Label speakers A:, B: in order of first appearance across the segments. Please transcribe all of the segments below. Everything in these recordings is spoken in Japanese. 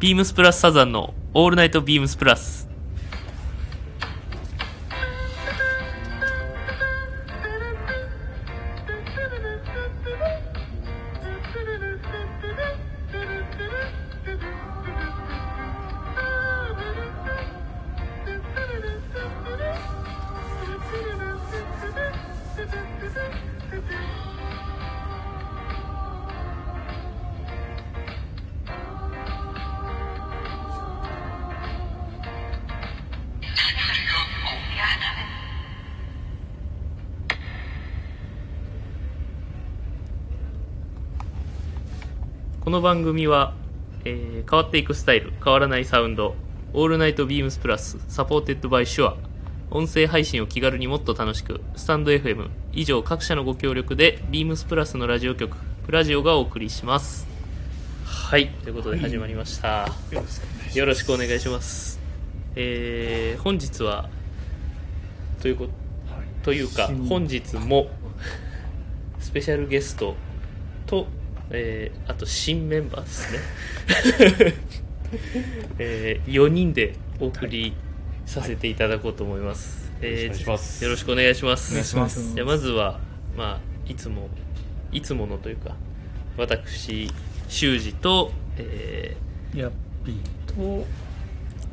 A: ビームスプラスサザンのオールナイトビームスプラス。この番組は、えー変わっていくスタイル変わらないサウンド「オールナイトビームスプラス」サポーテッドバイシュア音声配信を気軽にもっと楽しくスタンド FM 以上各社のご協力でビームスプラスのラジオ局プラジオがお送りしますはいということで始まりました、
B: よろしくお願いします
A: よろしくお願いしますえー、本日はということ
B: はい
A: というか
B: 新
A: 本日もスペシャルゲストと、えーあと新メンバーですね、え4人でお送りさせていただこうと思います、え
B: よろしくお願いします
A: よろしくお願いします
B: お願いします
A: じゃあまずは、まあ、いつもいつものというか私修二と、え
B: やっぴー
A: ー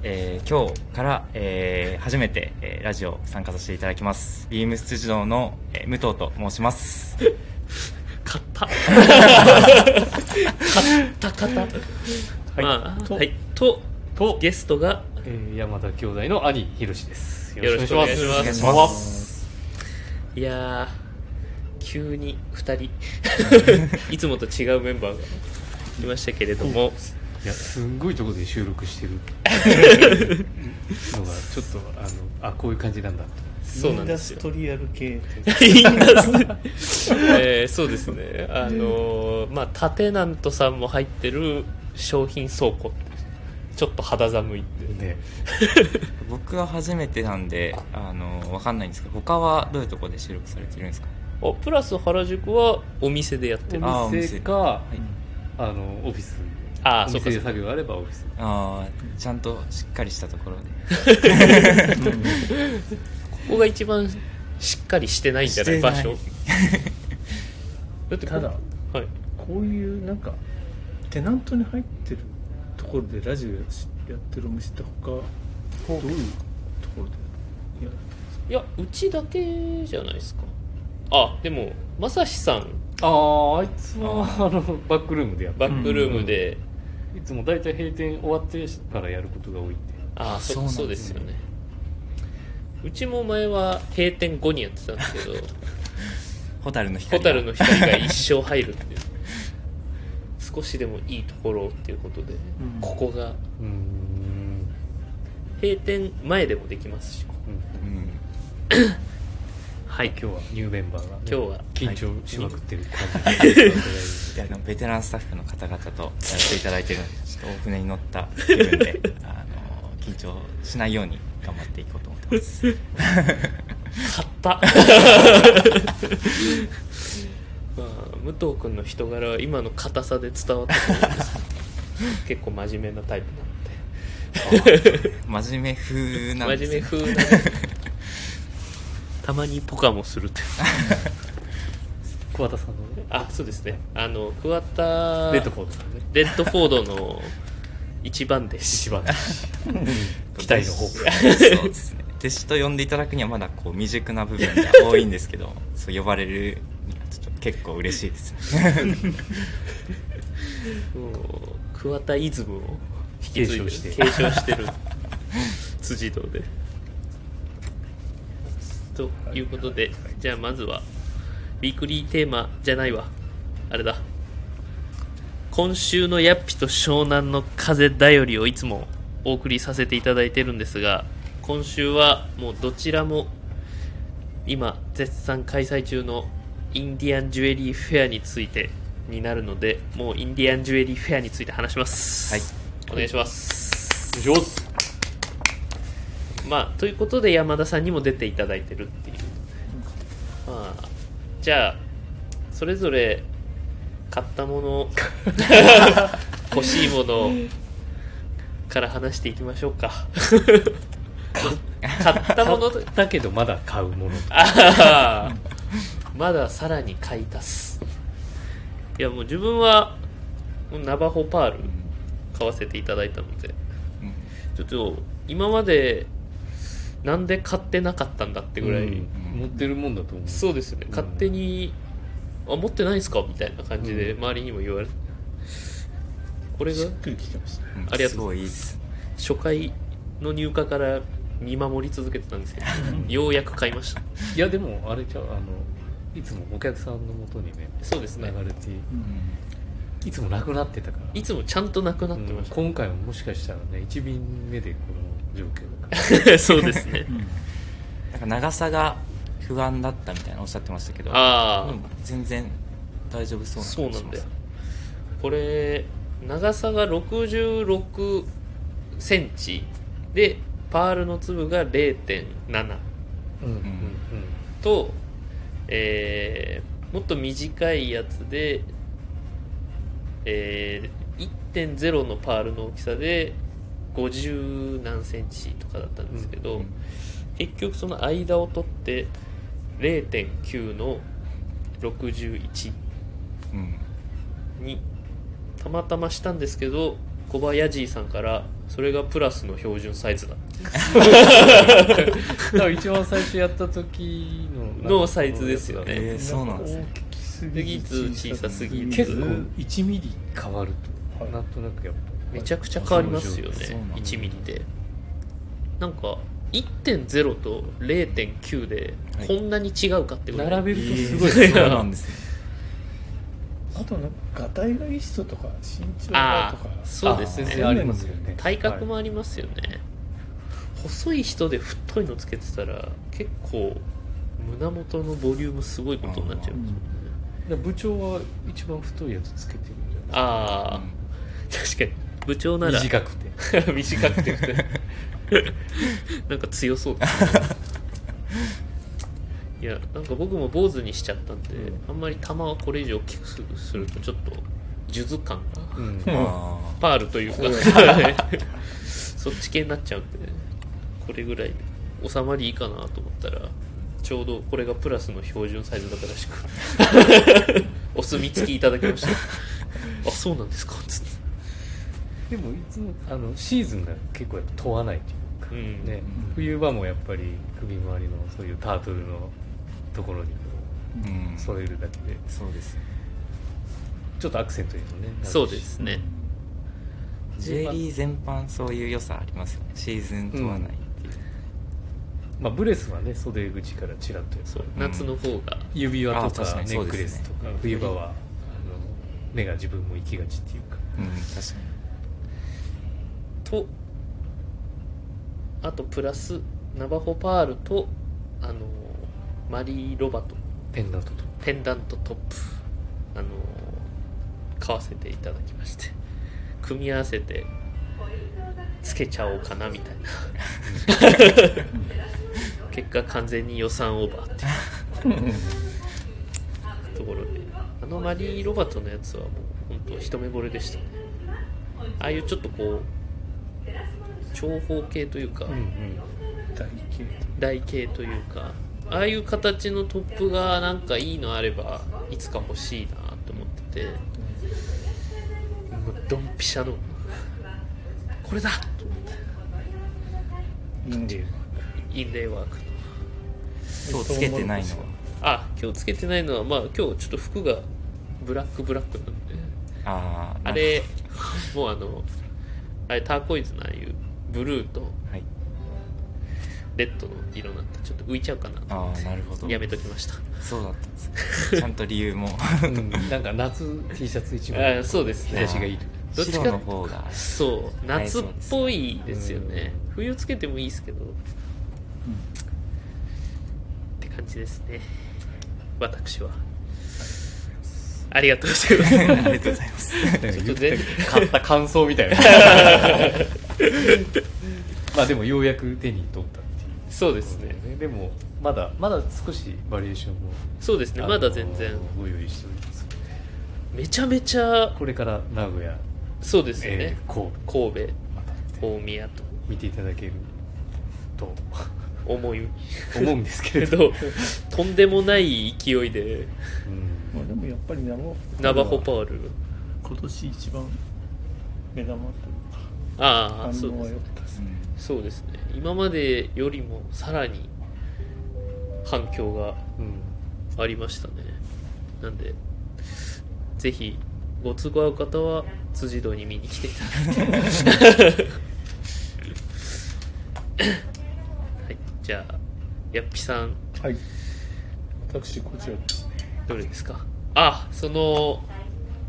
C: えー今日から、えー初めて、えーラジオ参加させていただきますビームス辻堂の、えー武藤と申します
A: 買った買った買った、
B: はい
A: まあ
B: と
A: はい、と
B: と
A: ゲストが
B: えー山田兄弟の兄ひろしです
A: よろしくお願いします
B: よろくお
C: お
B: 願
C: 願
B: い
C: い
B: し
C: し
B: ま
C: ます
A: いやー急に2人いつもと違うメンバーが来ましたけれども
B: いやすんごいところで収録してるのがちょっとあのあこういう感じなんだと
A: そうなんですよ
D: インダストリアル系
A: インダス えーそうですねあのーまあタテナントさんも入ってる商品倉庫ってちょっと肌寒いっていうね
B: ね
C: 僕は初めてなんであの分かんないんですけど他はどういうところで収録されてるんですか
A: あプラス原宿はお店でやってる
C: あー
B: お
C: お
B: 店
C: 店
B: か、
C: い
B: あのオフィス
A: あー
B: お
A: そうか
B: 店で
A: そうか
B: 作業があればオフィス
C: ああちゃんとしっかりしたとこ ろで
A: ここが一番しっかりしてないんじゃない
C: してな
A: 場
C: い
A: 所だってこ
D: ただ
A: はい
D: こういうなんかテナントに入ってるところでラジオやしやってるお店って他どういうところでやる
A: いやうちだけじゃないですかあでもまさしさん
B: あああいつはあのバックルームでやって
A: バ
B: る
A: ックルームで、
B: いつも大体閉店終わってからやることが多いんで
A: あそ
C: そう
A: う
C: なんですね
A: そうですよねうちも前は閉店後にやってたんですけど
C: 蛍の光
A: 蛍の光が一生入るっていう少しでもいいところっていうことで、
D: ん
A: ここが
B: うーん
A: 閉店前でもできますし
C: うん
A: はい
B: 今日はニューメンバーがね、
A: 今日は
B: 緊張しまくってる感じ で、
C: いやでもベテランスタッフの方々とやらせていただいてるのでちょっと大船に乗った気分 であの緊張しないように頑張っていこうと思ってま
A: 買
C: す
A: ったまあ武藤君の人柄は今の硬さで伝わったと思うん ですけど結構真面目なタイプなので
C: 真面目風なんです
A: 真面目風
C: ね
A: なたまにポカもするっていう
B: 桑田さんのね
A: あそうですねあの桑田
B: レッドフォードさんね
A: レッドフォードの一番弟子
B: 一番期待のホープ
C: そうですね弟子と呼んでいただくにはまだこう未熟な部分が多いんです けどそう呼ばれるにはちょっと結構嬉しいですね
A: もう桑田イズムを引き継いで
B: 継承して
A: 継承してる辻堂でということでじゃあまずはウィークリーテーマじゃないわあれだ今週のヤッピと湘南の風だよりをいつもお送りさせていただいてるんですが今週はもうどちらも今絶賛開催中のインディアンジュエリーフェアについてになるのでもうインディアンジュエリーフェアについて話します
C: はい
A: お願いします
B: 上手
A: まあということで山田さんにも出ていただいてるっていうまあじゃあそれぞ れ買ったもの欲しいものから話していきましょう か買ったもので
E: だけどまだ買うもの
A: ああまださらに買い足すいやもう自分はナバホパール買わせていただいたので
C: うん
A: ちょっと今までなんで買ってなかったんだってぐらい、
E: うん持ってるもんだと思う
A: そうですよね勝手に「あ持ってないんすか?」みたいな感じで
E: う
A: 周りにも言われて、これ
D: し
A: が
D: っくりきてました
C: うん
A: ありがとう
C: すごいいいです
A: 初回の入荷から見守り続けてたんですけどようやく買いました
E: いやでもあれちゃうあのいつもお客さんのもとにね
A: そうです
E: 流
A: ね
E: れて
C: うん
E: いつもなくなってたから
A: いつもちゃんとなくなってました、
E: うん今回ももしかしたらね1便目でこの状況だか ら
A: そうですね
C: なんか長さが不安だったみたいなおっしゃってましたけど
A: ああ、
C: うん全然大丈夫そうな
A: そう
C: 感じ
A: な
C: し
A: ん
C: ま
A: だ
C: す
A: よこれ長さが66センチでパールの粒が0.7
E: うんうん
A: と、えーもっと短いやつで、えー1.0のパールの大きさで50何センチとかだったんですけど、
C: うん
A: 結局その間を取って0.9の61
C: うん
A: にたまたましたんですけど小林さんからそれがプラスの標準サイズだ
E: だから一番最初やった時の
A: のサイズですよね
C: えー、そうなんですね
D: 大きす
A: ぎず小さすぎず
E: 結構1ミリ変わるとなんとなくやっぱ
A: めちゃくちゃ変わりますよね
C: そうなんだ
A: 1ミリでなんか1.0と0.9で
C: はい
A: こんなに違うかって ぐらい、
E: 並べるとすごい、
C: えーそうなんですね
D: あとなんかガタイがいい人とか身長が
A: あ
D: とか
A: あそうです
E: 全
A: ね
E: 然ありますよね
A: 体格もありますよね、細い人で太いのつけてたら結構胸元のボリュームすごいことになっちゃいますよね
E: だから部長は一番太いやつつけてるんじゃない
A: ああ、確かに部長なら
E: 短くて
A: 短くて太い なんか強そうですねいやなんか僕も坊主にしちゃったんで、
E: う
A: あ
E: ん
A: んまり玉をこれ以上大きくするとちょっと数珠感が
E: うん
C: うんあ
A: パールというか そっち系になっちゃうんでこれぐらい収まりいいかなと思ったらちょうどこれがプラスの標準サイズだからしく お墨付きいただき ましたあそうなんですかつって
E: でもいつもあのシーズンが結構やっぱ問わないという
A: う
E: か、
A: ん
E: ね
C: うん
E: 冬場もやっぱり首周りのそういうタートルのところにこ
C: ーうん
E: う添えるだけで
C: そうです
E: ちょっとアクセントにもねなるし
A: そうですね
C: J リー全般そういう良さありますよねシーズン問わないっていう、
E: まあ、ブレスはね袖口からちらっとやっぱ
A: そう
E: り
A: 夏の方が
E: 指輪
C: あ
E: とか
C: 確か
E: ネ
C: にそうです
E: ック
C: ね
E: レスとか、冬場はあの目が自分も行きがちっていうか
C: うん、確かに
A: とあとプラスナバホパールとあのマリー・ロバと
E: ペンダントと
A: ペンダントトップあの買わせていただきまして組み合わせてつけちゃおうかなみたいな結果完全に予算オーバーっていうところであのマリー・ロバートのやつはもう本当一目惚れでしたねああいうちょっとこう長方形というか、
E: うん
D: 体型
A: 台形というかああいう形のトップがなんかいいのあればいつか欲しいなと思っててもうドンピシャのこれだと思
D: インディー
A: ってインレイワークの
C: 今日つけてないのは
A: あ今日つけてないのはまあ今日ちょっと服がブラックブラックなんで
C: あー
A: あれもうあのあれターコイズのああいうブルーと
C: はい
A: レッドの色になってちょっと浮いちゃうかなと思っ
C: あーなるほど
A: てやめときました
C: そうだったんですねちゃんと理由も
E: うんうんなんか夏 T シャツ一
A: あ
E: 枚
A: ーそうです
E: 日
A: ね
E: 差しがいい時
A: どっちか
C: 白の方が
A: そう
C: はい
A: 夏っぽいですよね
E: そうです
A: 冬つけてもいいですけどって感じですね私はありがとうございます
C: ありがとうございます
A: ちょっと全
E: 買った感想みた いなまあでもようやく手に取ったっていう
A: そうで
E: です
A: ね
E: でもまだまだ少しバリエーションも
A: そうですねまだ全然
E: あのご用意しております
A: めちゃめちゃ
E: これから名古屋
A: そうですよ
E: え
A: ね
E: ー神戸
A: 神戸
E: またって
A: 大宮と
B: 見ていただけると
A: 思い
B: 思うんですけ
A: け
B: れど、
A: どとんでもない勢いで
B: うん
D: まあ、でもやっぱりナバホ
A: ナバホパール
D: 今年一番目玉というか
A: あ
D: 反
A: あそう
D: 応
A: で
D: は
A: すね
D: 良かったです
A: そうですね今までよりもさらに反響が
B: うん
A: ありましたねなんでぜひご都合合う方は辻堂に見に来ていただい てはいじゃあやっぴさん
D: はい私こちらです
A: どれですかあその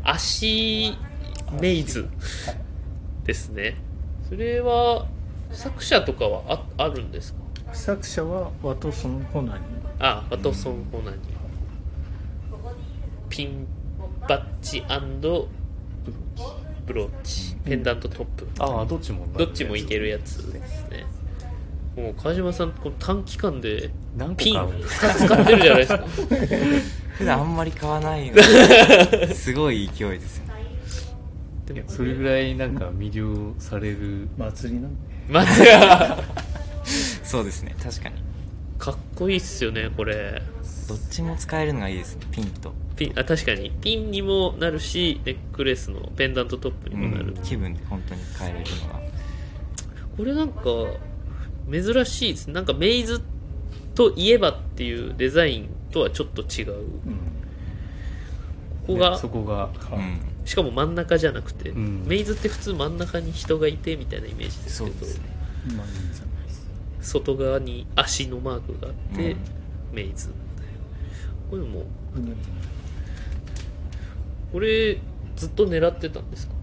A: 足メイズですねそれは作者とかはああるんですか
D: 作者はワトソン・ホナニ
A: あワトソン・ホナにピンバッジ
D: ブローチ
A: ブローチペンダントトップ
B: ああどっちも
A: どっちもいけるやつですねもう川島さんこの短期間で
B: 何
A: ピ
B: 個
A: ン
B: か
A: 2つ使ってるじゃない ですか
C: 普段あんまり買わないのですごい勢いですよね
A: で
B: いや
A: も
B: それぐらいなんか魅了される
D: 祭りなんで
A: 松が
C: そうですね確かに
A: かっこいいっすよねこれ
C: どっちも使えるのがいいですねピンと、
A: ピンあ確かにピンにもなるしネックレスのペンダントトップに
C: う
A: もなる、
C: ん、気分で本当に変えれるのが
A: これなんか珍しいですなんかメイズといえばっていうデザインとはちょっと違う
D: うん
A: ここが
B: ねそこが
D: は
C: う
D: い
C: ん
A: しかも真ん中じゃなくて、
B: うん
A: メイズって普通真ん中に人がいてみたいなイメージです
C: そう
A: け
C: で
A: ど
C: すね
D: まあいいんじゃないです
A: 外側に足のマークがあって、
C: うん
A: メイズこれも
D: うね
A: これずっと狙ってたんですか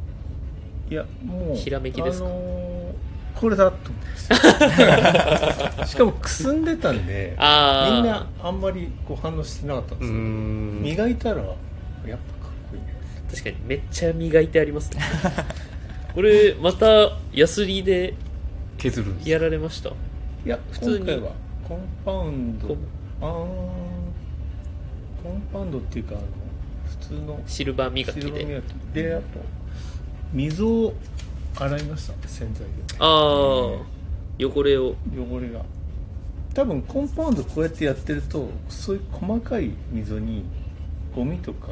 D: いやもう
A: ひらめきですか
D: あのーこれだと思いましたしかもくすんでたんで
A: あー
D: みんなあんまりこう反応してなかったん
B: う
D: ですよ、
B: ん
D: 磨いたらやっぱかっこいいね
A: 確かにめっちゃ磨いてありますねこれまたヤスリで
B: 削るんです
A: やられました
D: いや
A: 普通に
D: 今回はコンパウンド
A: こう
D: あーコンパウンドっていうかあの普通の
A: シルバー磨き
D: シルバー
A: で
D: 磨きであと水を洗いました洗剤
A: ああ汚れを
D: で汚れが多分コンパウンドこうやってやってるとそういう細かい溝にゴミとか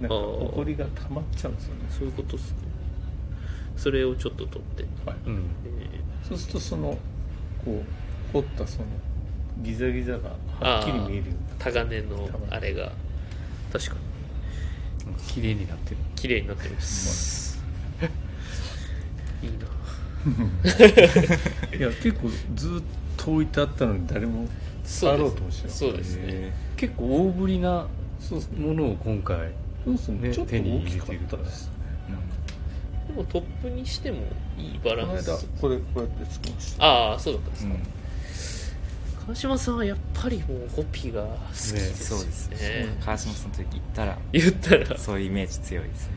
D: なんか
A: あー
D: 埃が溜まっちゃうんですよね
A: そういうことっすねそれをちょっと取って、
D: はい
B: うん
A: えー
D: そうするとそのこう掘ったそのギザギザがはっきり見えるように
A: タガネのあれが確かに
B: なんか綺麗になってる
A: 綺麗になってますいいな
D: うんいや結構ずっと置いてあったのに誰も
A: そう
D: 触ろう
A: で
D: ともしなかっ
A: す
D: た
A: そうですね
C: へ
B: 結構大ぶりなものを今回
D: そうですね
B: ね
D: ちょっと
B: 手に
D: 大
B: 入
D: き
B: れ
D: か
B: てる
D: った
B: から
D: です
C: ーうん
A: でもトップにしてもいいバ
D: こ
A: ラ
D: の
A: ン
D: 間
A: ス
D: これこうやってつきました
A: ああそうだったんです
C: う
A: か、
C: ん
A: 川島さんはやっぱりもうホピが好きですよ
C: そうです
A: ね
C: 川島さんと行ったら
A: 言ったら
C: そういうイメージ強いですね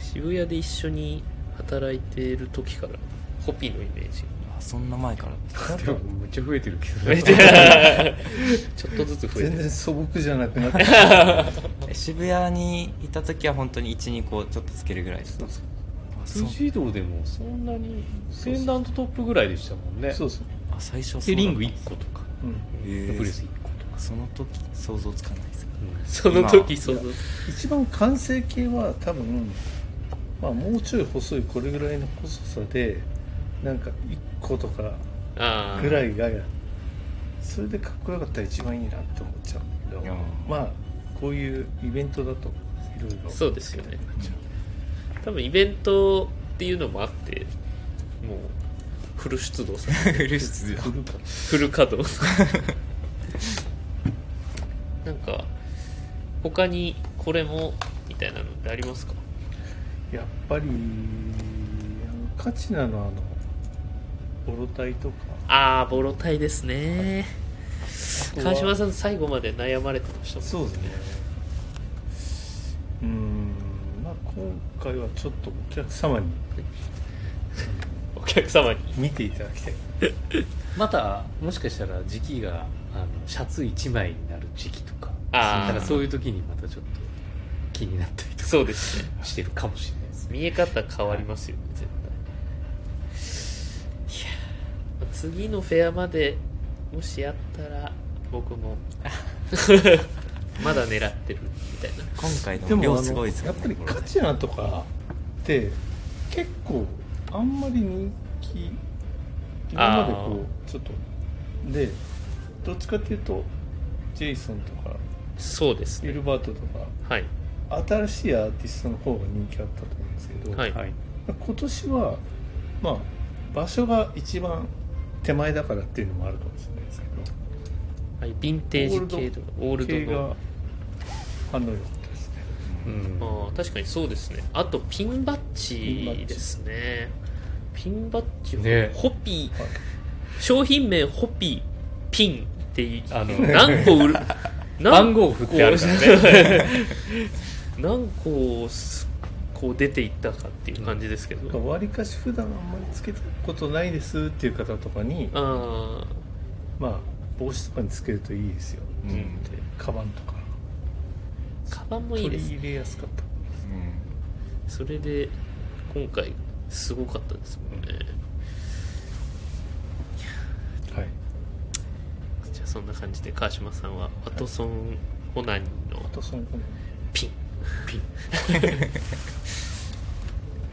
A: 渋谷で一緒に働いている時からホピのイメージ
C: あそんな前から
D: なん
B: でも
D: か
B: めっちゃ 増えてるけど
A: めっ ちゃちょっとずつ増え
D: 全
A: て
D: 然
A: る
D: 素朴じゃなくなってきた
C: え渋谷にいた時は本当に12個ちょっとつけるぐらいです
D: そう
C: あそう
B: 辻堂でもそんなにペンダントトップぐらいでしたもんね
D: そうそう
C: あ最初そうだった
B: でリング1個とか
D: うん
C: へ
B: ネ
C: ー
B: ックレス1個とか、
C: その時想像つかないです
A: その時想像
D: 一番完成形は多分、まあ、もうちょい細いこれぐらいの細さでなんか1個とか
A: ああ
D: ぐらいがそれでかっこよかったら一番いいなって思っちゃうんだけど、
C: うん
D: まあこういうイベントだといろいろ
A: そうですよね多分イベントっていうのもあってもうフル出動させて
C: フル出場
D: 古かった
A: フル稼 働なんか他にこれもみたいなのってありますか
D: やっぱりあのカチナのあのボロタイとか
A: ああボロタイですね
D: あとは
A: 川島さん最後まで悩まれてましたもん
D: そうですねうーんまあ今回はちょっとお客様に
A: お客様に
D: 見ていただきたい
B: またもしかしたら時期があのシャツ1枚になる時期とか
A: あー
B: だからそういう時にまたちょっと気になったりと
A: そうですね
B: かしてるかもしれないです
A: 見え方変わりますよね絶対次のフェアまでもしやったら僕も まだ狙ってるみたいな
C: 今回
D: で
C: の
D: も
C: 量
D: あ
C: す
D: の
C: ごいです
D: や
C: よ
D: っぱり
C: ね
D: カチナとかって結構あんまり人気今までこうちょっとでどっちかっていうとジェイソンとか
A: そうです
D: ウィ
A: ね
D: ルバートとか
A: はい
D: 新しいアーティストの方が人気あったと思うんですけど、
A: はい
B: はい
D: 今年はまあ場所が一番手前だからっていうのもあるかもしれないですけど
A: はい、ヴィンテージ系とかオールド
D: 系
A: の
D: が反応良かったですね
B: うん
A: ああ確かにそうですねあとピンバッジですねピンバッジ
B: ね
A: ホピー、
D: はい
A: 商品名ホピーピンってい
B: あ の
A: 何個売る
B: 番号振ってあるからね
A: ね 何個すこう出ていったかっていう感じですけど、
D: なんかわりかし普段あんまりつけたことないですっていう方とかに
A: あ
D: まあ帽子とかにつけるといいですよ
C: う
D: って
C: ん
D: 言ってカバンとか
A: あカバンもい
D: 取
A: いで
D: り
A: す
D: 入れやすかった
C: うん
A: それで今回すごかったですもんね
D: はい
A: じゃあそんな感じで川島さんはワトソン・ホナニーの
D: あとその
A: ピンピン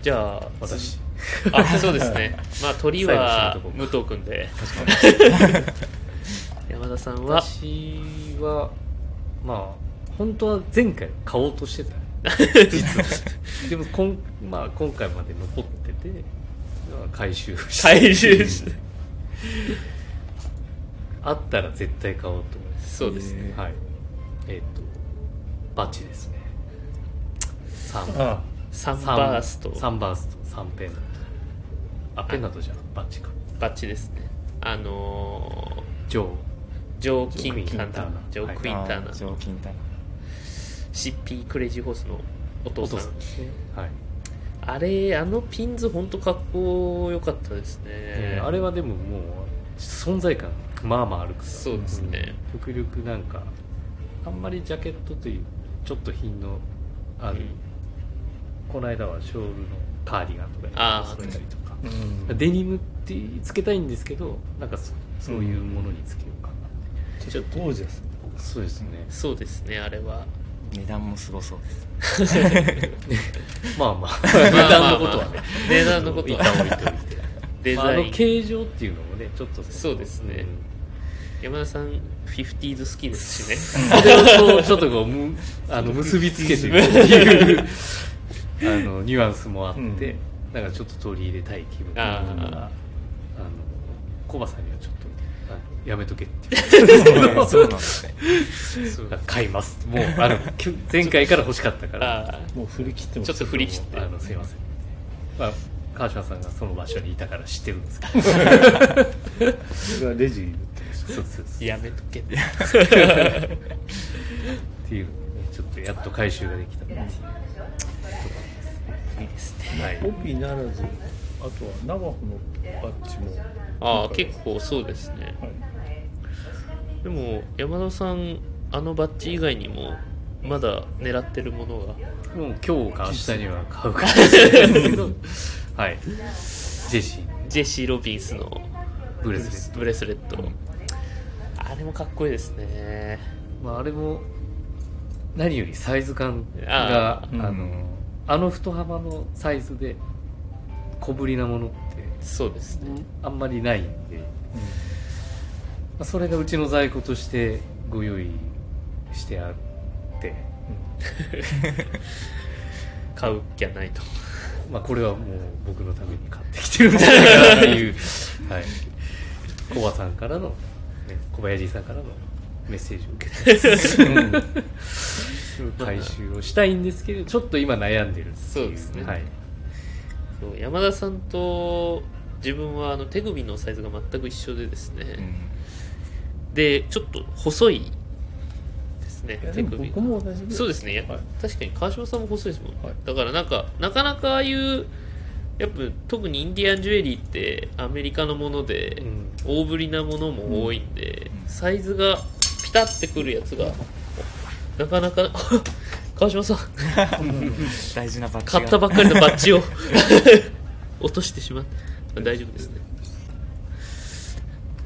A: じゃあ
B: 私
A: あ そうですねまあ鳥は
B: 最後に締
A: 武
B: め
A: 藤君で 山田さんは
E: 私はまあ本当は前回買おうとして たでもこん、まあ、今回まで残っててまあ回収して
A: 回収して
E: あったら絶対買おうと思います
A: そうですね
E: はいえっ、とバチですね3
D: あ
A: サンバースト
E: サンバースト3ペンダントあペンダントじゃんバチか
A: バッチですねあの
E: ジョー
A: ージョー・キンタナジ
E: ジ
A: ョ
E: ョ
A: ー・
E: ー
A: ク
E: ク
A: イ
E: イ
A: ンタ
C: あ
A: ナ
C: ー上金だな
A: シッピー・クレイジー・ホースのお父さん
E: ですねはい、
A: あれあのピンズ本当かっこよかったですね
E: えーあれはでももう存在感まあまああるから
A: そうですね
E: うん極力なんかあんまりジャケットというちょっと品のある、
A: うん
E: この間はショールのカーディガンと
A: あ
E: か
A: ー
E: そういたりとか
D: うん
E: デニムってつけたいんですけどなんかそそういうものにつけようかな、
D: ちょっとゴージャス
E: そうですね
A: そうですねあれは
C: 値段もすごそうです
E: まあまあ
A: まあ
E: 値段の
A: まあ
E: こ
A: ま
E: とは
A: あ
E: ね
A: 値段のこと
E: 一
A: は
E: 旦置いておいて
A: デ
E: まああ
A: ザイ
E: の
A: ン
E: 形状っていうのもねちょっと
A: そうですね
E: ん
A: 山田さん 50s 好きですしね
E: それをこうちょっとこうむあの結びつけてるっていうあのニュアンスもあって、
D: うん
E: なんかちょっと取り入れたい気分があ
A: あ
E: の
A: ー
E: コバさんにはちょっとあやめとけって
C: そうなんですね
E: いうか買いますもうあのきゅ前回から欲しかったから
A: あ
D: もう振り切っ
A: あ
D: ても
A: ちょっと振り切って
E: あのすいません、まあ、川島さんがその場所にいたから知ってるんですけど
D: それがレジに言ってました
E: そうそうそう
A: やめとけって
E: っていうのをねちょっとやっと回収ができたっていう
A: いいですね
E: はい
D: オピならずあとはナワホのバッジも
A: ああ結構そうですね
D: はい
A: でも山田さんあのバッジ以外にもまだ狙ってるものが
E: もう今日か明日には買うかもしれないですけど、はい。ジェシーの
A: ジェシー・ロビンスの
E: ブレスレッ
A: ブレスレットあれもかっこいいですね
E: ト。まあ、あれも、何よりサイズ感
A: あ
E: が、あ
D: ーう
E: の
D: ん、
E: あの太幅のサイズで、小ぶりなものって、
A: そうですね
E: あんまりないんで、まあそれがうちの在庫としてご用意してあって、
A: 買うきゃないと
E: まあ、これはもう僕のために買ってきてるんじゃないかなって いう、はい。コバさんからの、ね、小林さんからのメッセージを受けて
A: まあ
E: 回収をしたいんですけどちょっと今悩んでるっていう
A: そうですね
E: はい、
A: そう山田さんと自分はあの手首のサイズが全く一緒でですね、
C: うん
A: でちょっと細いですね
D: いや
A: 手
D: でも
A: 首
D: 僕も同じぐらい
A: そうですね、やっぱ
D: はい
A: 確かに川島さんも細いですもん、
D: はい
A: だからなんかなかなかああいうやっぱ特にインディアンジュエリーってアメリカのもので、
E: うん
A: 大ぶりなものも多いんで、
C: うん
A: サイズがピタってくるやつが、なかなか 川島さん
C: 大事なバッジが
A: 買ったばっかりのバ ッジを落としてしまった大丈夫ですね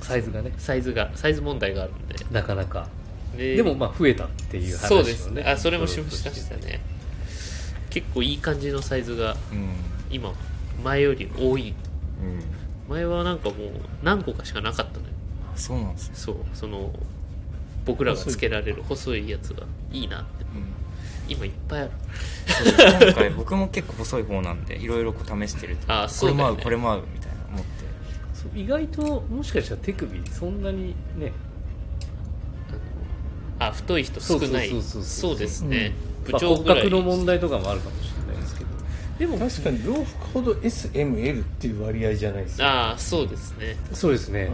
E: サイズがね
A: サイズがサイズ問題があるんで
E: なかなか
A: で
E: でもまあ増えたっていう話を
A: そ
E: ね
A: うですねあそれもしましたね結構いい感じのサイズが
C: うん
A: 今前より多い
C: うん
A: 前はなんかもう何個かしかなかったのよ
C: あそうなんですね
A: そうその僕らがつけられる細いやつがいいなって
C: うん
A: 今いっぱいある
C: そう今回僕も結構細い方なんでいろいろこう試してると
A: あ
C: こ
A: そ
C: れ
A: うだ
C: も合
A: よ
C: う
A: ね
C: これも合うみたいな思って
E: そう意外ともしかしたら手首そんなにね
A: あ太い人少ない
E: そうそうそ
A: そ
E: うそう
A: うですね、
E: まあ
A: 部長
E: 骨
A: ぐらい
E: 格の問題とかもあるかもしれないですけど
A: でも
D: 確かに洋服ほど SML っていう割合じゃないですか、
A: ああそうですね
E: そうですね、
D: はい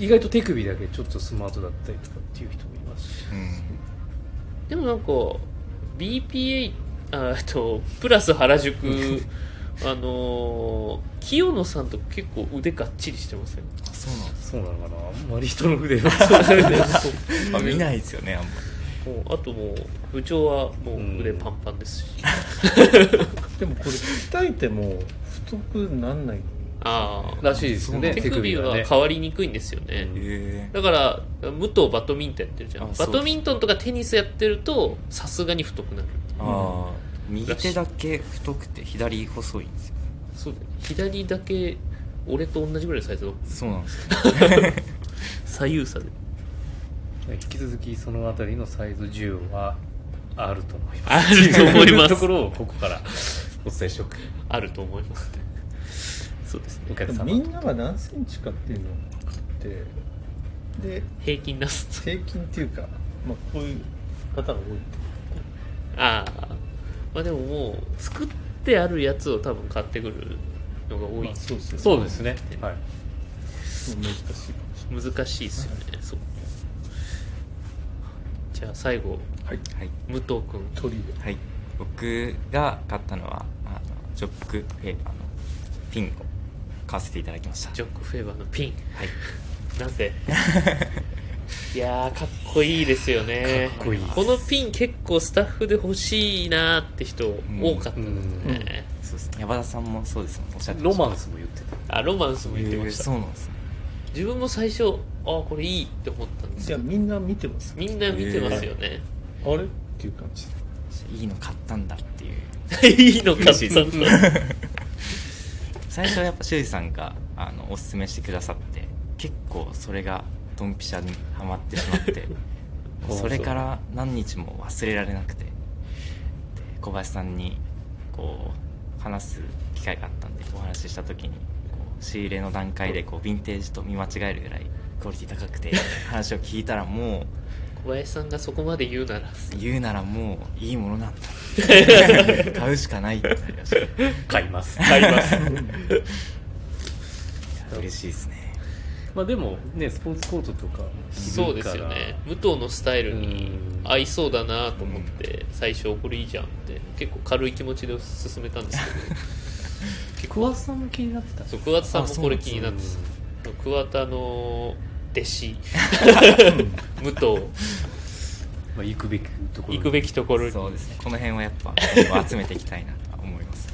E: 意外と手首だけちょっとスマートだったりとかっていう人もいますし
C: うん
A: でもなんか BPA あえっとプラス原宿 あのー清野さんとか結構腕がっちりしてません
C: あそうなんで
E: そうなのかなあんまり人の 腕が
C: すまあ見ないですよねあんま
A: もうあともう部長はもう腕パンパンですし、
D: でもこれ鍛えても太くなんない
A: ああ
E: らしいですよね
A: 手首
E: が
A: は
E: ね
A: 変わりにくいんですよね、
E: うん
C: へ
A: だから武藤バドミントンやってるじゃん
C: あ
A: バドミントンとかテニスやってるとさすがに太くなる
C: えああ右手だけ太くて左細いんですよ
A: そうだね左だけ俺と同じぐらいのサイズの
C: そうなんですよ
A: 左右差で
E: 引き続きそのあたりのサイズ10はあると思います
A: あると思いま
E: とこ
A: す
E: ろをここからお伝えしておく
A: あると思いますねそうです
E: お
A: ね
E: 客様
D: みんなが何センチかっていうのってで
A: 平均なす
D: 平均っていうか、まあ、こういう方が多いって
A: ああまあでももう作ってあるやつを多分買ってくるのが多い
D: まあ、そうそう
E: そうですねはい
D: 難しいかもし
A: 難しいですよねそうじゃあ最後
D: はい
C: はい
A: 武藤君
D: トリ
C: はい僕が買ったのはあのジョックペーパーのピンを買わせていただきました
A: ジョック・フェーバーのピン
C: はい
A: なぜいやーかっこいいですよね
E: かっこいい
A: このピン結構スタッフで欲しいなーって人多かったですね、
C: そうですね山田さんもそうですねおっし ゃってま
E: ロ
C: した
E: マンスも言ってた
A: あロマンスも言ってま
C: へえ
A: した
C: そうなんですね
A: 自分も最初あこれいいって思ったんです
D: じゃ
A: よ
D: あみんな見てます
A: みんな見てますよね、
D: あれっていう感じで
C: いいの買ったんだっていう
A: いいのかったんだ
C: 最初はやっぱ修二さんがあのおすすめしてくださって結構それがドンピシャにはまってしまって
A: そう
C: それから何日も忘れられなくてで小林さんにこう話す機会があったんでお話しした時にこう仕入れの段階でこうヴィンテージと見間違えるぐらいクオリティ高くて話を聞いたらも
A: 小林さんがそこまで言うなら
C: う言うならもういいものなんだ買うしかないってなりました
E: 買います
A: 買います
C: 嬉しいですね
E: まあでもねスポーツコートとか
A: そうですよね武藤のスタイルに合いそうだなと思って最初これいいじゃんって結構軽い気持ちで進めたんですけど
E: 桑田さんも気になってた
A: そう桑田さんも
C: あそう
A: これ気になって
E: そう
A: た桑田の弟子武藤
E: まあ行くべきところ
A: 行くべきところに
C: そうですねこの辺はやっぱ集めていきたいなと思います、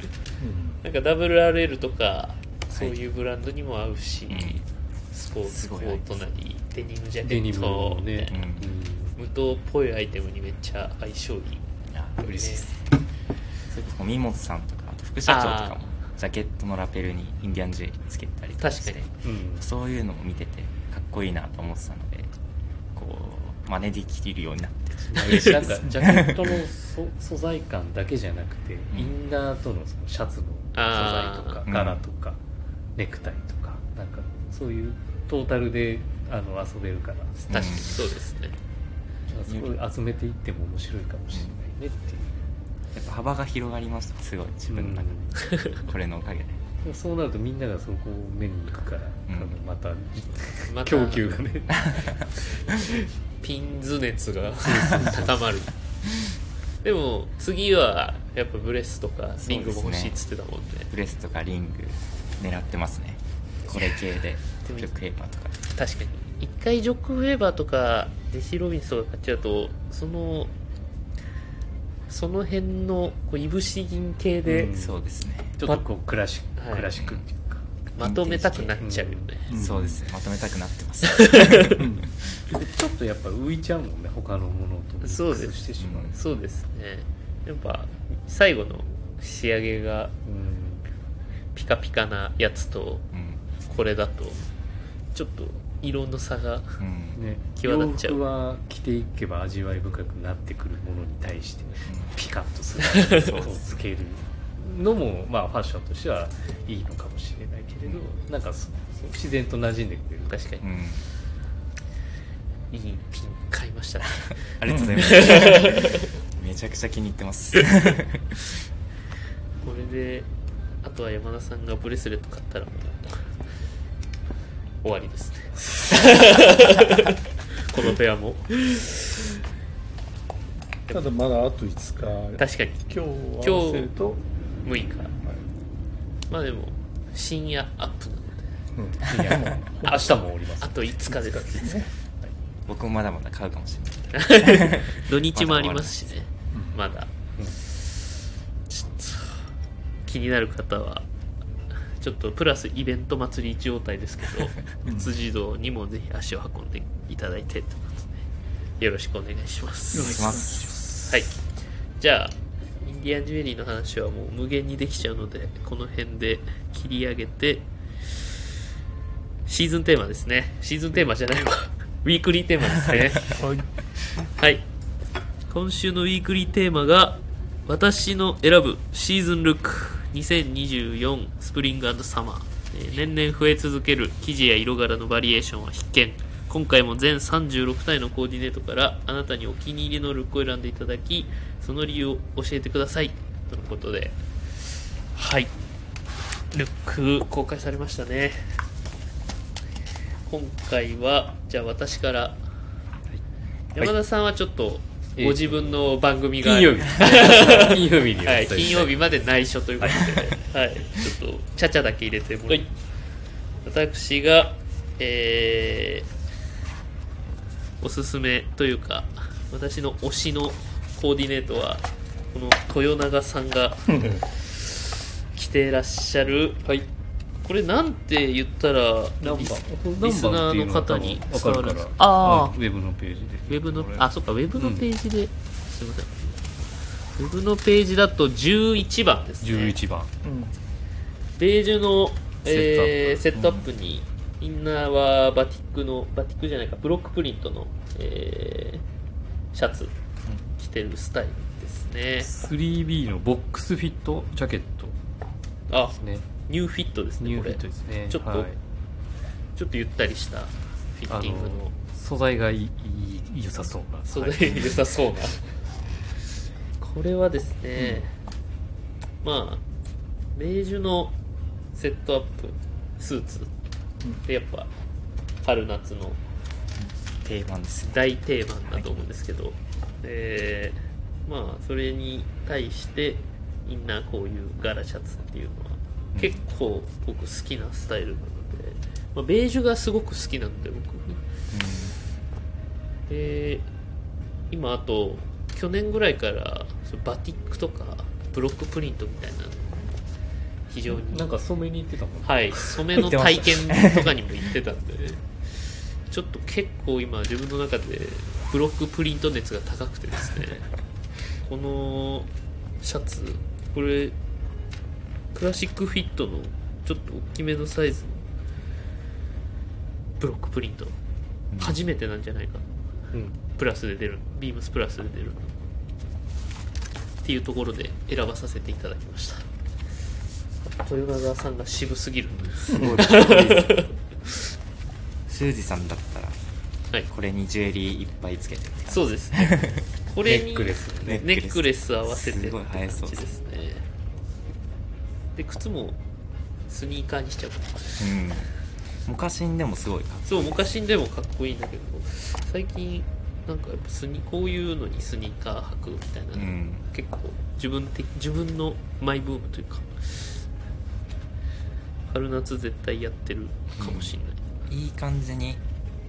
A: なんか WRL とかそう
C: い
A: いうブランドにも合うし、
C: うん
A: スポーツ
C: す
A: コ
C: ごい
A: ートなりデニムジャケ
E: デニ
A: ッ
E: ム
A: ト
E: も
A: みたい
E: ね
A: な、無糖っぽいアイテムにめっちゃ相性いい
C: いや嬉しいです、それこそ三本さんとかあと副社長とかもジャケットのラペルにインディアンジェリーつけたりとかして
A: 確か
E: うんうん
C: そういうのも見ててかっこいいなと思ってたのでこう真似できるようになって
E: なんかジャケットのそ素材感だけじゃなくて、
C: ん
E: インナーとのそのシャツの素
A: あー
E: 材とか
C: うん
E: 柄とか、ネクタイとかなんかそういうトータルであの遊べるから
A: 確かにそうですね、
E: なんかそこ集めていっても面白いかもしれないねってい
C: や
E: う、
C: っぱ幅が広がりましたすごい自分の中で、これのおかげで
E: でもそうなるとみんながそこを目に行くから、
C: ん
E: あのまた
A: また
E: 供給がね
A: ピンズ熱が高まるでも次はやっぱブレスとかリングも欲しいっつってたもんね
C: ブレスとかリング狙ってますねこれ系でブルックペーパーとか
A: 確かに一回ジョック・フェーバーとかデシ・ロビンスとか買っちゃうとそのその辺のこういぶし銀系で、
E: うん
C: そうですね
E: ちょっとこうクラシック、
A: はい
E: クラシックっていうか
A: まとめたくなっちゃうよね、
D: うん
C: そうですねまとめたくなってます
E: ちょっとやっぱ浮いちゃうもんね他のものとミ
A: そう
E: ッ
A: で
E: ク
A: す
E: スしてしまう
C: うん
A: そうですねやっぱ最後の仕上げが
E: うん
A: ピカピカなやつと
C: うん
A: これだとちょっと色の差が
C: うん
E: ね、
A: 際立っちゃう
E: 洋服は着ていけば味わい深くなってくるものに対してピカッとす るものをつけるのもまあファッションとしてはいいのかもしれないけれどなんかそそう自然と馴染んでく れる
A: 確か
C: うんうん
A: にいいピン買いましたね
C: ありがとうござ います。めちゃくちゃ気に入って ます。
A: これであとは山田さんがブレスレット買ったらもう終わりです ねこのペアも
D: ただまだあと5日
A: 確かに
D: 今日合わせると、
A: 6日まあでも深夜アップなので
D: うん
E: いやもう明日もおります
A: あと5日です
C: 僕もまだまだ買うかもしれない。
A: 土日もありますしねまだ
E: うん
A: ちょっと気になる方はちょっとプラスイベント祭り状態ですけど辻堂にもぜひ足を運んでいただいてってことですねよろしくお願いします
C: お願いします。
A: はいじゃあインディアンジュエリーの話はもう無限にできちゃうのでこの辺で切り上げてシーズンテーマですねシーズンテーマじゃないわウィークリーテーマですね
D: はい
A: はい今週のウィークリーテーマが私の選ぶシーズンルック2024スプリングサマー、えー年々増え続ける生地や色柄のバリエーションは必見今回も全36体のコーディネートからあなたにお気に入りのルックを選んでいただきその理由を教えてくださいとのことではいルック公開されましたね今回はじゃあ私から山田さんはちょっとご自分の番組があ
E: 金
A: る
E: 曜日金曜日にお
A: は
E: 伝え
A: い、
E: した
A: 金曜日まで内緒ということで、はい、ちょっと、ちゃちゃだけ入れてもらって、私が、えーおすすめというか、私の推しのコーディネートは、この豊永さん が着てらっしゃる、
E: はい
A: これなんて言ったら、リスリスナーの方に
B: 分
A: 伝
B: か
A: わ
B: る
A: る
B: か
A: んです
B: ら
A: あー
B: ウェブのページで
A: ウェブの
B: これ、
A: あ、そっか、ウェブのページで、すいません。ウェブのページだと11番ですね。
B: 11番
D: うん
A: ベージュの、えーセ
B: セ
A: ッ
B: ッ
A: ト
B: ト
A: ア
B: ア
A: ッ
B: ッ
A: プに、インナーはバティックのバティックじゃないかブロックプリントの、えーシャツ着てるスタイルですね
B: 3B のボックスフィットジャケット
A: あ
B: ね
A: ニューフィットです
B: ニ
A: ね
B: ュー
A: こ
B: フィ
A: れ
B: ットですね
A: ちょっと
B: はい
A: ちょっとゆったりしたフィッ
B: あ
A: ティングの
B: の素材がいいいい良さそうな
A: 素
B: はい
A: 材良さそうな、これはですね、まあベージュのセットアップスーツでやっぱ春夏の
C: 定番ですね。
A: 大定番だと思うんですけど、えーまあそれに対してインナーこういう柄シャツっていうのは結構僕好きなスタイルなので、まあ、ベージュがすごく好きなので僕で今あと去年ぐらいからそのバティックとかブロックプリントみたいなの非常に
E: なんか染めに行ってたもんね
A: はい、染めの体験とかにも行ってたんで、ちょっと結構今、自分の中でブロックプリント熱が高くてですね、このシャツ、これ、クラシックフィットのちょっと大きめのサイズのブロックプリント、初めてなんじゃないかな。
E: うん
A: プラスで出るビームスプラスで出るっていうところで選ばさせていただきました豊永さんが渋すぎる
C: すごいかっこいいです。修二さんだったら
A: はい
C: これにジュエリーいっぱいつけてって
A: そうですね これに
E: ネックレス
A: ネ
C: ね
A: ックレス合わせてって
C: すごい
A: 感
C: 映えそう
A: じですねで靴もスニーカーにしちゃうかな
C: うん。昔にでもすごいかっ
A: そう昔でもかっこいいんだけど最近なんかやっぱスニこういうのにスニーカー履くみたいな
C: こいい。うん。
A: 結構自分的自分のマイブームというか春夏絶対やってるかもしれない、
C: いい感じに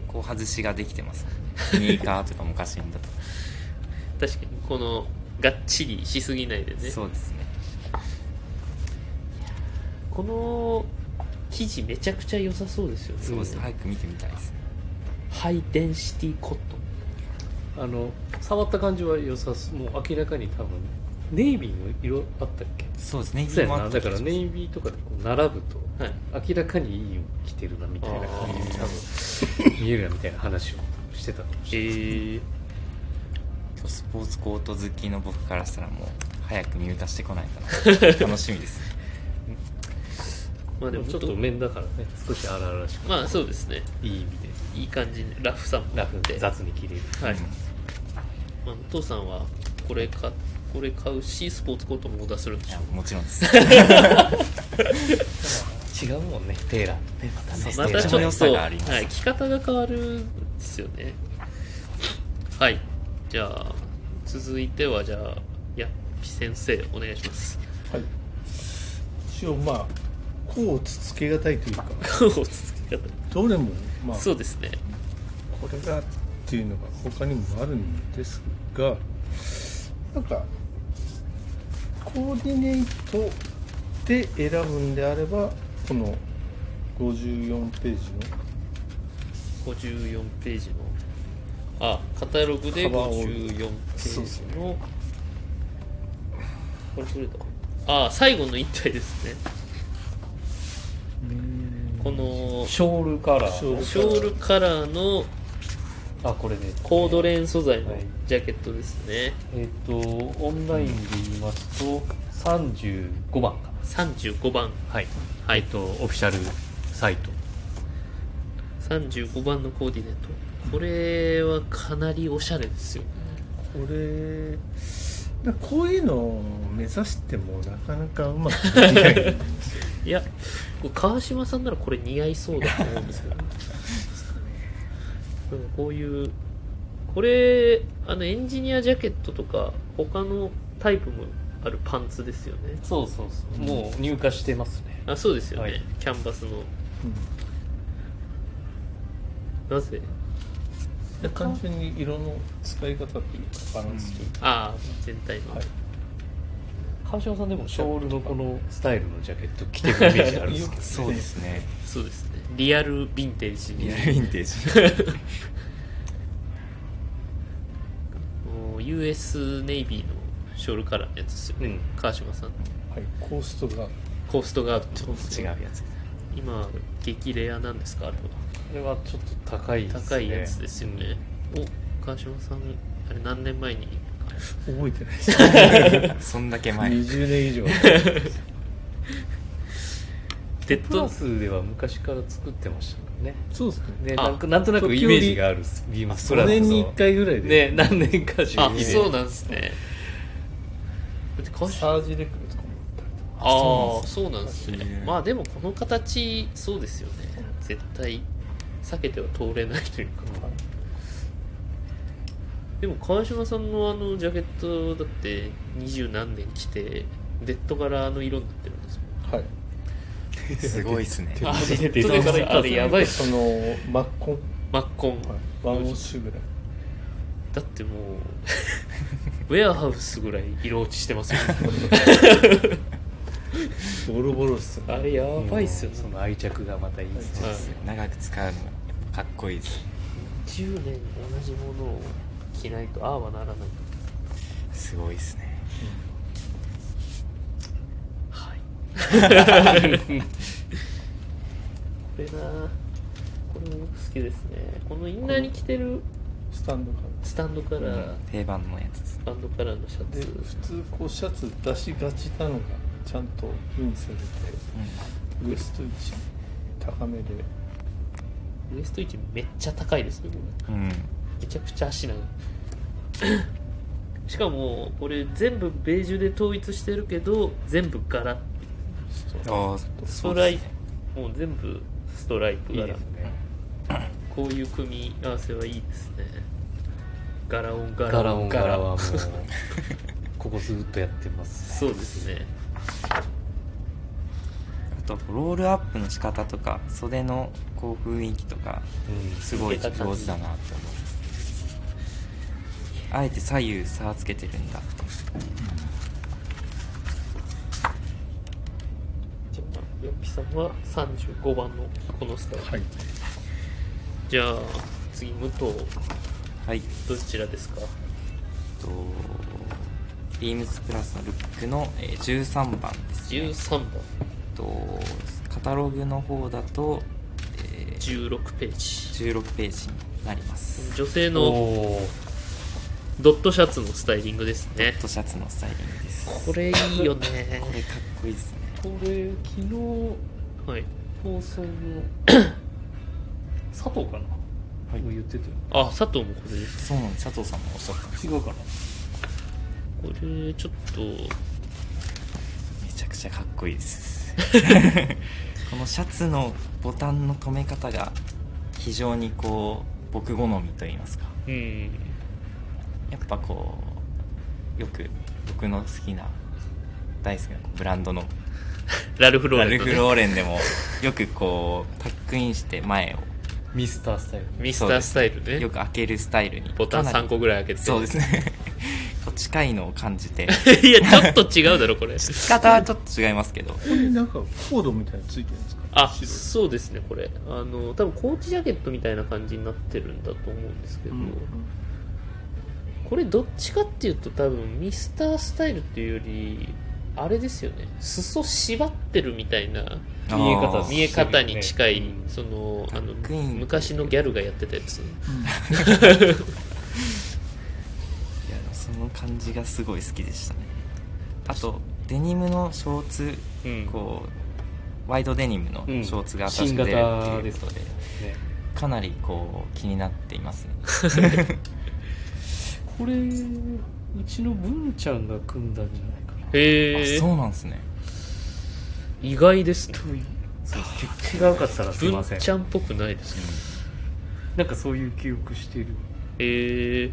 C: こう外しができてますね。スニーカーとか昔にだと。
A: 確かにこのがっちりしすぎないでね
C: そうですね。
A: この生地めちゃくちゃ良さそうですよね
C: そうです早く見てみたいですね
A: ハイデンシティコットン
E: あの触った感じは良さそうもう明らかに多分ネイビーの色あったっけ
C: そうですね
E: そうやな
C: った
E: だ
C: 気
E: か
C: が
E: ら
C: し
E: ネイビーとかでこう並ぶと
A: はい
E: 明らかにいいよ着てるなみたいな感じで多分見えるなみたいな話をしてたかもしれない
A: え
C: ますスポーツコート好きの僕からしたらもう早く入荷してこないかな楽しみです
A: まあでも
E: ちょっと面だからね少し荒々しく
A: まあそうですね
E: いい意味で
A: いい感じでラフさもあ
E: ラ
A: っ
E: フ
A: て
E: で雑に着れる
A: はい、
C: うん
A: まあ、お父さんはこれかこれ買うしスポーツコートもオーダーするんで
C: い
A: しょ
C: やもちろんです
E: 違うもんねテーラーとねまた
C: そう
A: ま
C: め
A: た
C: っ
A: ちょ
C: 良
A: っ
C: さ
A: と、
C: があ
A: は
C: りますね
A: い、着方が変わるんですよねはいじゃあ続いてはじゃあやっぴ先生お願いし ます
D: はい一応まあ甲をつつけがたいというか
A: 落ち着き方
D: どれもまあ
A: そうですね
D: これがっていうのが他にもあるんですがなんかコーディネートで選ぶんであればこの54ページ
A: 54ページのあカタログで
D: カバーオール
A: 54ペ
D: そうです
A: ージの
D: ね
A: これ取れたあ最後の1体ですねこの
E: ショールカラー
D: の
A: ショールカラーの
E: あこれね
A: コードレーン素材のジャケットですね
E: えっ、とオンラインで言いますと35番かな
A: 35番
E: はい
A: は
E: え
A: い
E: っとオフィシャルサイト
A: 35番のコーディネートこれはかなりおしゃれですよ
D: これなんかこういうのを目指してもなかなかうまくでき ない
A: いやこれ川島さんならこれ似合いそうだと思うんですけどなんかこういうこれあのエンジニアジャケットとか他のタイプもあるパンツですよね
E: そうそうそうもう入荷してますね
A: あそうですよね、
E: はい
A: キャンバスのなぜ
D: うん単純に色の使い方っていうかバランスというか、
A: ああ全体の、
D: はい
E: 川島さんでもショールのこのスタイルのジャケット着てるイメージ あるんですけど
C: そうですね
A: そうですねリアルヴィンテージに
C: リアルヴィンテージ
A: もう US ネイビーのショールカラーのやつですよね、
E: うん
A: 川島さんの
D: はい、コーストが
A: コーストガードってことです
C: 違う
A: ね
C: やつ
A: 今激レアなんですかあれは
E: これはちょっと高いですね
A: 高いやつですよねお川島さんあれ何年前に
D: 覚えてないです
C: そんだけ前
D: 20年以上
A: デッ
E: プラ
A: ド
E: スでは昔から作ってましたからね
D: そうですね
E: ね
A: あ
E: なんかなんとなくイメージがあるビームスプ
D: 5
E: ラス
D: 年に1回ぐらいで、
E: ね何年か中
A: あ
E: にね
A: そうなんですねだって川島
D: サージレクルとかも
A: ああそうなんですね
C: ね
A: まあでもこの形そうですよね絶対避けては通れないというかでも川島さんのあのジャケットだって二十何年着てデッド柄の色になってるんですもん
D: はい
C: すごいですね
A: あデ
E: デッ
A: ッド
E: ド柄
A: 柄あれやばいっす
D: そのマッコン、
A: マッコン、
D: ワンウォッシュぐらい
A: だっても うウェアハウスぐらい色落ちしてますよ
D: ボロボロっすよ
A: あれやばいっすよね
E: その愛着がまたいいですね
A: はい
C: 長く使うのがやっぱかっこいいです
A: 10年同じものを着ないとああはならない
C: すごいですね
A: はいこれなこれも僕好きですねこのインナーに着てる
D: スタンドか
A: スタンドカラー、
C: 定番のやつです
A: スタンドカラーのシャ
D: らで
A: ツ
D: 普通こうシャツ出しがちなのがちゃんとインされてウエスト位置高めで
A: ウエスト位置めっちゃ高いですねこれ
C: うん、うん、
A: めちゃくちゃ足長い しかもこれ全部ベージュで統一してるけど全部柄
C: ああ
A: ストライプもう全部ストライプ
E: い
A: 柄
E: いですね
A: こういう組み合わせはいいですね柄オン柄
E: 柄
A: オ
E: 音
A: ン
E: 柄はもう
A: そう
E: ここずっとやってます
A: そうですね
C: あとロールアップの仕方とか袖のこう雰囲気とかすごい上手だなって思いますあえて左右差つけてるんだ
A: じゃあやっピさんは35番のこのスタイル、
D: はい
A: じゃあ次武藤
C: はい
A: どちらですか
C: とビームスプラスのルックの、えー13番ですね
A: 13番
C: とカタログの方だと、えー
A: 16ページ
C: 16ページになります
A: 女性
B: お
A: の
B: おー
A: ドットシャツのスタイリングですね
C: とシャツのスタイリングです
A: これいいよね
C: これかっこいいですね
E: これ昨日
A: はい
E: 放送 の佐藤かな、
C: はい
E: もう言ってたよ
A: あ佐藤もこれです
C: そうなんです佐藤さんもおっしゃったんです
E: 違うかな
A: これちょっと
C: めちゃくちゃかっこいいですこのシャツのボタンの留め方が非常にこう僕好みといいますか
A: うん
C: やっぱこうよく僕の好きな大好きなブランドの
A: ラルフロー
C: ラ
A: レ
C: ル
A: ンの
C: フ・
A: ね
C: ローレンでもよくこうタックインして前
B: ミスタースタイル
A: ミスタースタイル
C: を
A: ね
C: よく開けるスタイルに
A: ボタン
C: かなり
A: 3個ぐらい開けて
C: そうですねこう近いのを感じて
A: いやちょっと違うだろこれ
C: 仕方はちょっと違いますけど
D: ここになんかコードみたいなのついてるんですか
A: あ
D: 白い
A: そうですねこれあの多分コーチジャケットみたいな感じになってるんだと思うんですけど、
D: うん
A: これどっちかっていうと多分ミスタースタイルっていうよりあれですよね裾縛ってるみたいな
C: あー
E: 見え方です
A: 見え方に近い、
E: うん
A: そのあの
C: タックイン
A: 昔のギャルがやってたやつ
C: いやその感じがすごい好きでしたねあとデニムのショーツ、
A: うん
C: こうワイドデニムのシ
E: うん
C: ョーツが新しく出るっていうことで,、
E: ね
C: かなりこう気になっていますね
E: これうちの文ちゃんが組んだんじゃないかな
A: へ
C: あ
A: え
C: そうなんですね
A: 意外ですね
E: 違うかったらすい
A: 文
E: ません
A: ちゃんっぽくないですね
E: なんかそういう記憶してる
A: へえ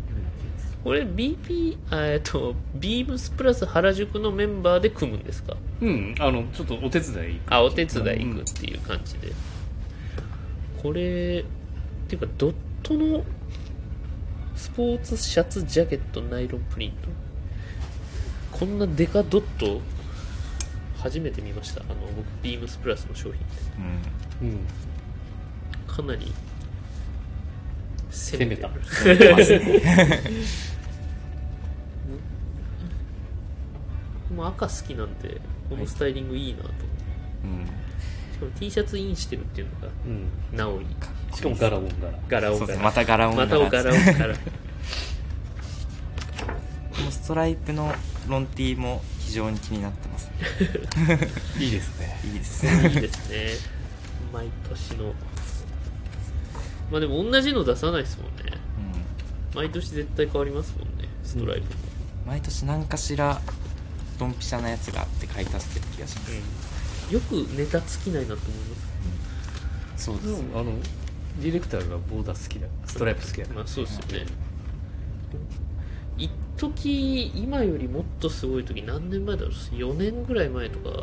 A: これ BP あえっとビームスプラス原宿のメンバーで組むんですか
E: うんあのちょっとお手伝い
A: あお手伝い行くっていう感じで、これっていうかドットのスポーツシャツジャケットナイロンプリントこんなデカドット初めて見ましたあの僕ビームスプラスの商品
C: うん
E: う
A: で
E: ん
A: かなり攻
E: 攻めた
A: る
C: ますね
A: もう赤好きなんでこのスタイリングいいなと、
C: うん
A: しかも T シャツインしてるっていうのが
E: うん
A: なおいい
E: しかも柄も柄
A: 柄を
C: そうで
A: 柄
C: すねまた柄を
A: またお柄を 柄
C: このストライプのロンティーも非常に気になってます ね
E: いいですね
C: いいですね
A: いいですね 毎年のまあでも同じの出さないですもんね
C: うん
A: 毎年絶対変わりますもんねストライプも、
C: 毎年何かしらドンピシャなやつがあって買い足してる気がします、
A: よくネタ尽きないなと思い
C: そうで
E: でもあのディレクターがボーダー好きだストライプ好きだ
A: ますまあそうですよね一時今よりもっとすごい時何年前だろう4年ぐらい前とか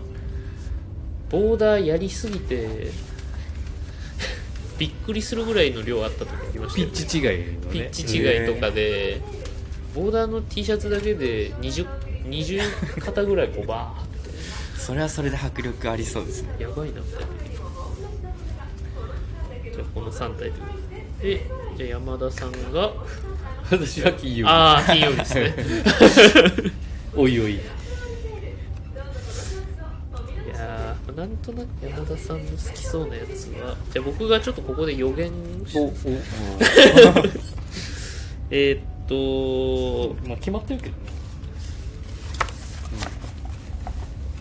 A: ボーダーやりすぎて びっくりするぐらいの量あった時ありました
E: ピ
A: よ
E: ッ
A: ね
E: チ違いのね
A: ピッチ違いとかで、ボーダーの T シャツだけで 20, 20肩ぐらいこうバーっ
C: それはそれで迫力ありそうですね
A: てやばいなみたいなじゃあこの3体ということででじゃあ山田さんが
E: 私は金曜日
A: ああ金曜日ですね
E: おいお い
A: いやーなんとなく山田さんの好きそうなやつはじゃあ僕がちょっとここで予言し
E: おお
A: えーっと
E: まあ決まってるけどね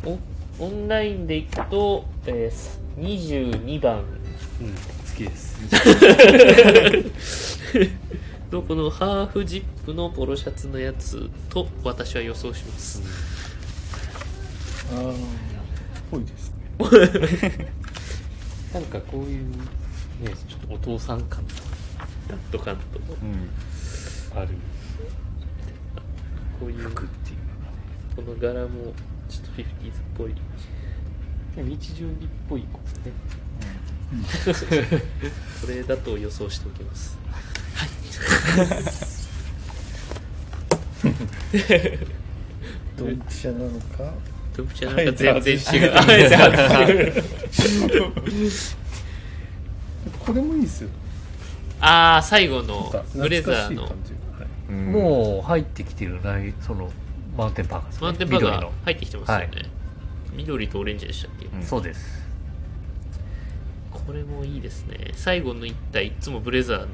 A: おオンラインでいくと、えー22番
E: うん好きです
A: のこのハーフジップのポロシャツのやつと私は予想します、
D: あーぽいですね
E: なんかこういうねちょっとお父さん感
A: ダットカント
C: うん
E: ある
A: こういう
E: 服っ
A: こ
E: ていうのがね
A: の柄もちょっとフィフティーズっぽい
E: 日常着っぽいこうね
A: それだと予想しておきます
D: ドンピシャなのか
A: トプチャなんか全然違う。
C: あえて外
A: あえて外
D: これもいいですよ
A: あー、最後の
D: なんか
A: ブレ
D: 懐
A: ザ
D: か
A: ー
D: しい
A: の
D: 感じ
C: うん
E: もう入ってきてるないそのマウンテンパーカーですね
A: マウンテンバー
E: 緑
A: が
E: の
A: 入ってきてますよね。
E: はい
A: 緑とオレンジでしたっけ、
C: うん
E: そうです
A: これもいいですね。最後の一体、いつもブレザーの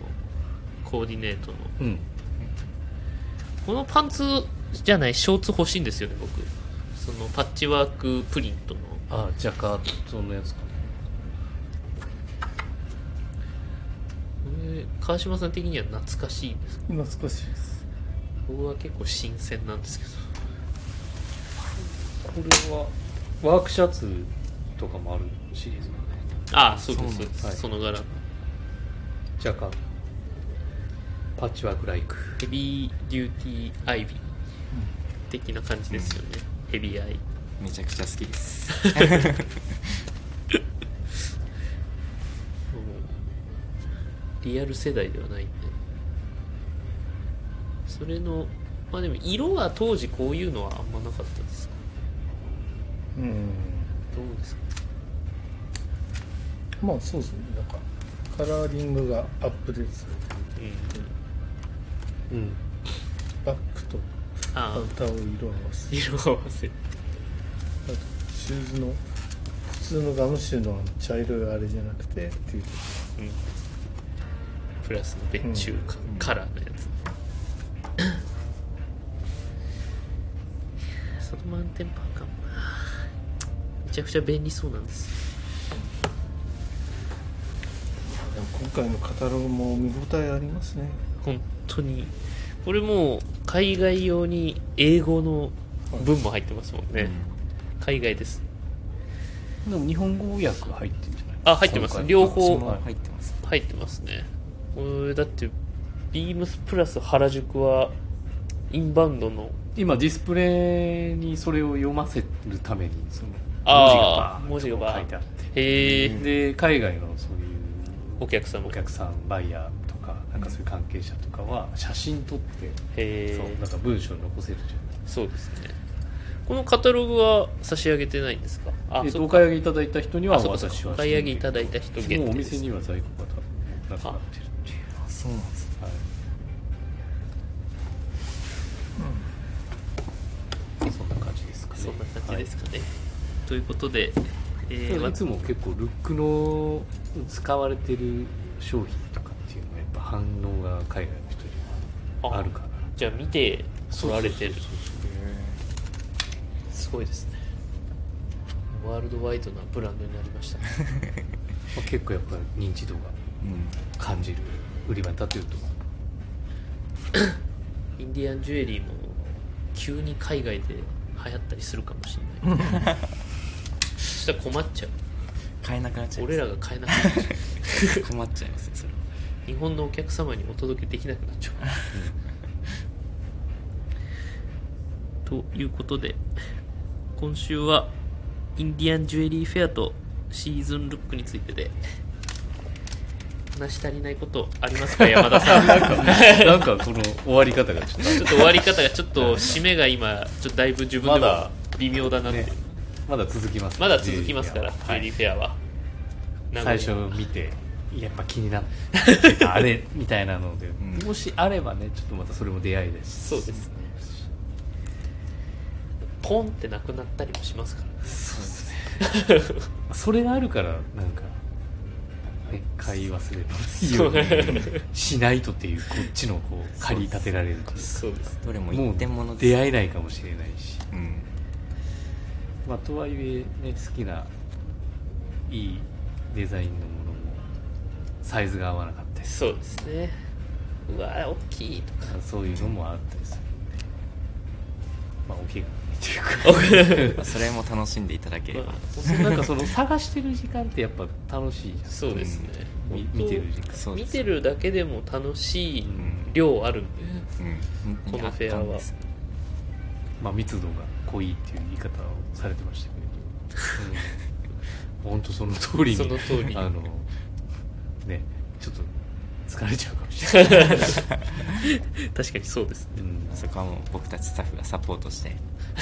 A: コーディネートの。
E: うん
A: このパンツじゃない、ショーツ欲しいんですよね、僕。そのパッチワークプリントの。
E: あジャカートのやつか
A: これ川島さん的には懐かしいんですか
D: 懐かしいです
A: 僕は結構新鮮なんですけど。
E: これはワークシャツとかもあるシリーズもね
A: ああ、そうです、
C: そうなん
E: はい
A: その柄。
E: ジャカパッチワークライク
A: ヘビーデューティーアイビー的な感じですよね。ヘビーアイ。
C: めちゃくちゃ好きです
A: もうリアル世代ではないんでそれのまあでも色は当時こういうのはあんまなかったですか
D: うん
A: どうですか
D: まあそうですねなんかカラーリングがアップデートされて
A: うん
E: うん
D: バックと
A: ああ
D: 歌を色を合わせて
A: 色合わせ
D: あとシューズの普通のガムシューの茶色いあれじゃなくてっていうと
A: プラスの別注か、
D: うん
A: カラーのやつ そのマウンテンパーカーもなめちゃくちゃ便利そうなんです
D: でも今回のカタログも見応えありますね
A: 本当にこれもう海外用に英語の文も入ってますもんね、海外です
E: でも日本語訳入ってるんじゃない
A: あ入ってます
E: 今回
A: 両
C: そ
A: 方
C: の入ってます
A: 入ってますねこれだってビームスプラス原宿はインバウンドの
E: 今ディスプレイにそれを読ませるためにその
A: あー
E: 文字が
A: 文字が
E: バーッと書いてあっ
A: へえ、
E: てで海外のそういう
A: お客様
E: お
A: へ
E: 客さんバイヤーとかなんかそういう関係者とかは写真撮って、
A: え
E: そうなんか文章に残せるじゃない
A: そうですねこのカタログは差し上げてないんですかあ
E: えっと
A: そ
E: お
A: うか
E: 買い上げいただいた人には
A: あそうか
E: 私
A: そう
E: は
A: かお買い上げいただいた人限定です
E: もうお店には在庫が多分なくなってるっていう
C: あそうなんですね
E: はい、そんな感じですかね
A: そんな感じですかね、ということで、え
E: はい
A: ー
E: いつも結構ルックの使われてる商品とかっていうのはやっぱ反応が海外の人にはあるから
A: じゃあ見て撮られてるすごいですねワールドワイドなブランドになりま したね
E: まあ、結構やっぱ認知度が
C: うん
E: 感じる売り場に立てると
A: インディアンジュエリーも急に海外で流行ったりするかもしれないそ したら困っちゃう
C: 買えなくなっちゃいます
A: 俺らが買えなくなっちゃう
C: 困っちゃいますねそれは
A: 日本のお客様にお届けできなくなっちゃうということで今週はインディアンジュエリーフェアとシーズンルックについてで話し足りないことありますか山田さん
E: なんかこの終わり方がちょっ
A: ちょっと終わり方がちょっと締めが今ちょっとだいぶ自分で
E: ま
A: も
E: だ
A: 微妙だなって、
E: ねとまだ続きます
A: まだ続きますからジュ
E: は
A: エリー
E: い、
A: フェアは、
E: 最初見てやっぱ気になってあれみたいなので、
C: ん
E: もしあればねちょっとまたそれも出会いです
A: そうですねポンってなくなったりもしますから
E: それがあるからなんか、ね、買い忘れます
A: そう
E: しないとっていうこっちのこう駆り立てられるというか
A: そうです
C: どれも
E: も
C: 一
E: う
C: 点物です
E: 出会えないかもしれないし
C: うん
E: まあ、とはいえ、ね、好きないいデザインのものもサイズが合わなかったりす
A: そうですねうわー大きいと
E: るそういうのもあったりするんでまあお気が
C: まあそれも楽しんでいただければ、
A: か
E: 軽になんかその探してる時間ってやっぱ楽しいじ ゃん
A: そうですね、
E: み
A: 本当
E: 見てる時間
C: そうで
A: 見
C: す
A: てるだけでも楽しい
E: ん
A: 量あるんで、
C: うん、
A: このフェアは
C: 圧巻です
E: まあ密度が濃いっていう言い方をされてましたけれど、うん、本当その通りに
A: その通り
E: あのねちょっと疲れちゃうかも しれない、
A: 確かにそうですね
E: うん
C: そこはもう僕たちスタッフがサポートして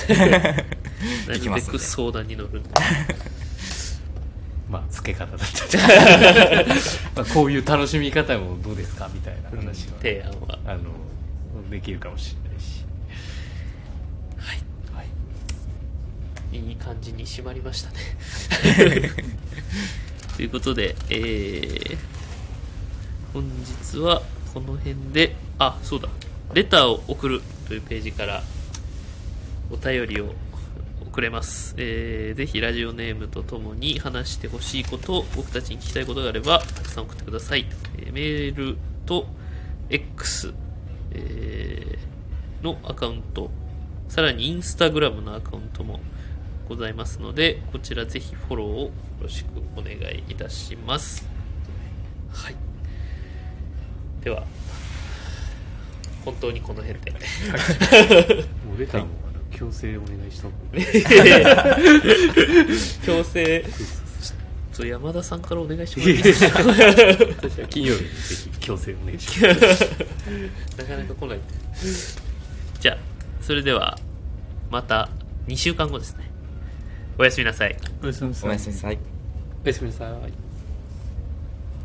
C: 行き
A: な
C: ま
A: る
C: すん
A: べ
C: で
A: く相談に乗るんで
E: まあつけ方だったりまあこういう楽しみ方もどうですかみたいな話は、
A: 提案は
E: あのできるかもしれないしはい、
A: いい感じに締まりましたねということで、えー本日はこの辺であそうだ「レターを送る」というページからお便りを送れます、えーぜひラジオネームとともに話してほしいこと僕たちに聞きたいことがあればたくさん送ってください、えーメールと X、えーのアカウントさらにインスタグラムのアカウントもございますのでこちらぜひフォローをよろしくお願いいたしますはいでは本当にこの辺で
E: もうレターもあの強制お願いした方がいい
A: 強制ちょっと山田さんからお願いしてもらっていいですか
E: 私は金曜日にぜひ強制お願いします
A: なかなか来ないじゃあそれではまた2週間後ですねおやすみなさい
D: おやすみな
C: お
D: さ
C: や
D: い
C: すみなさい
E: おやすみなさい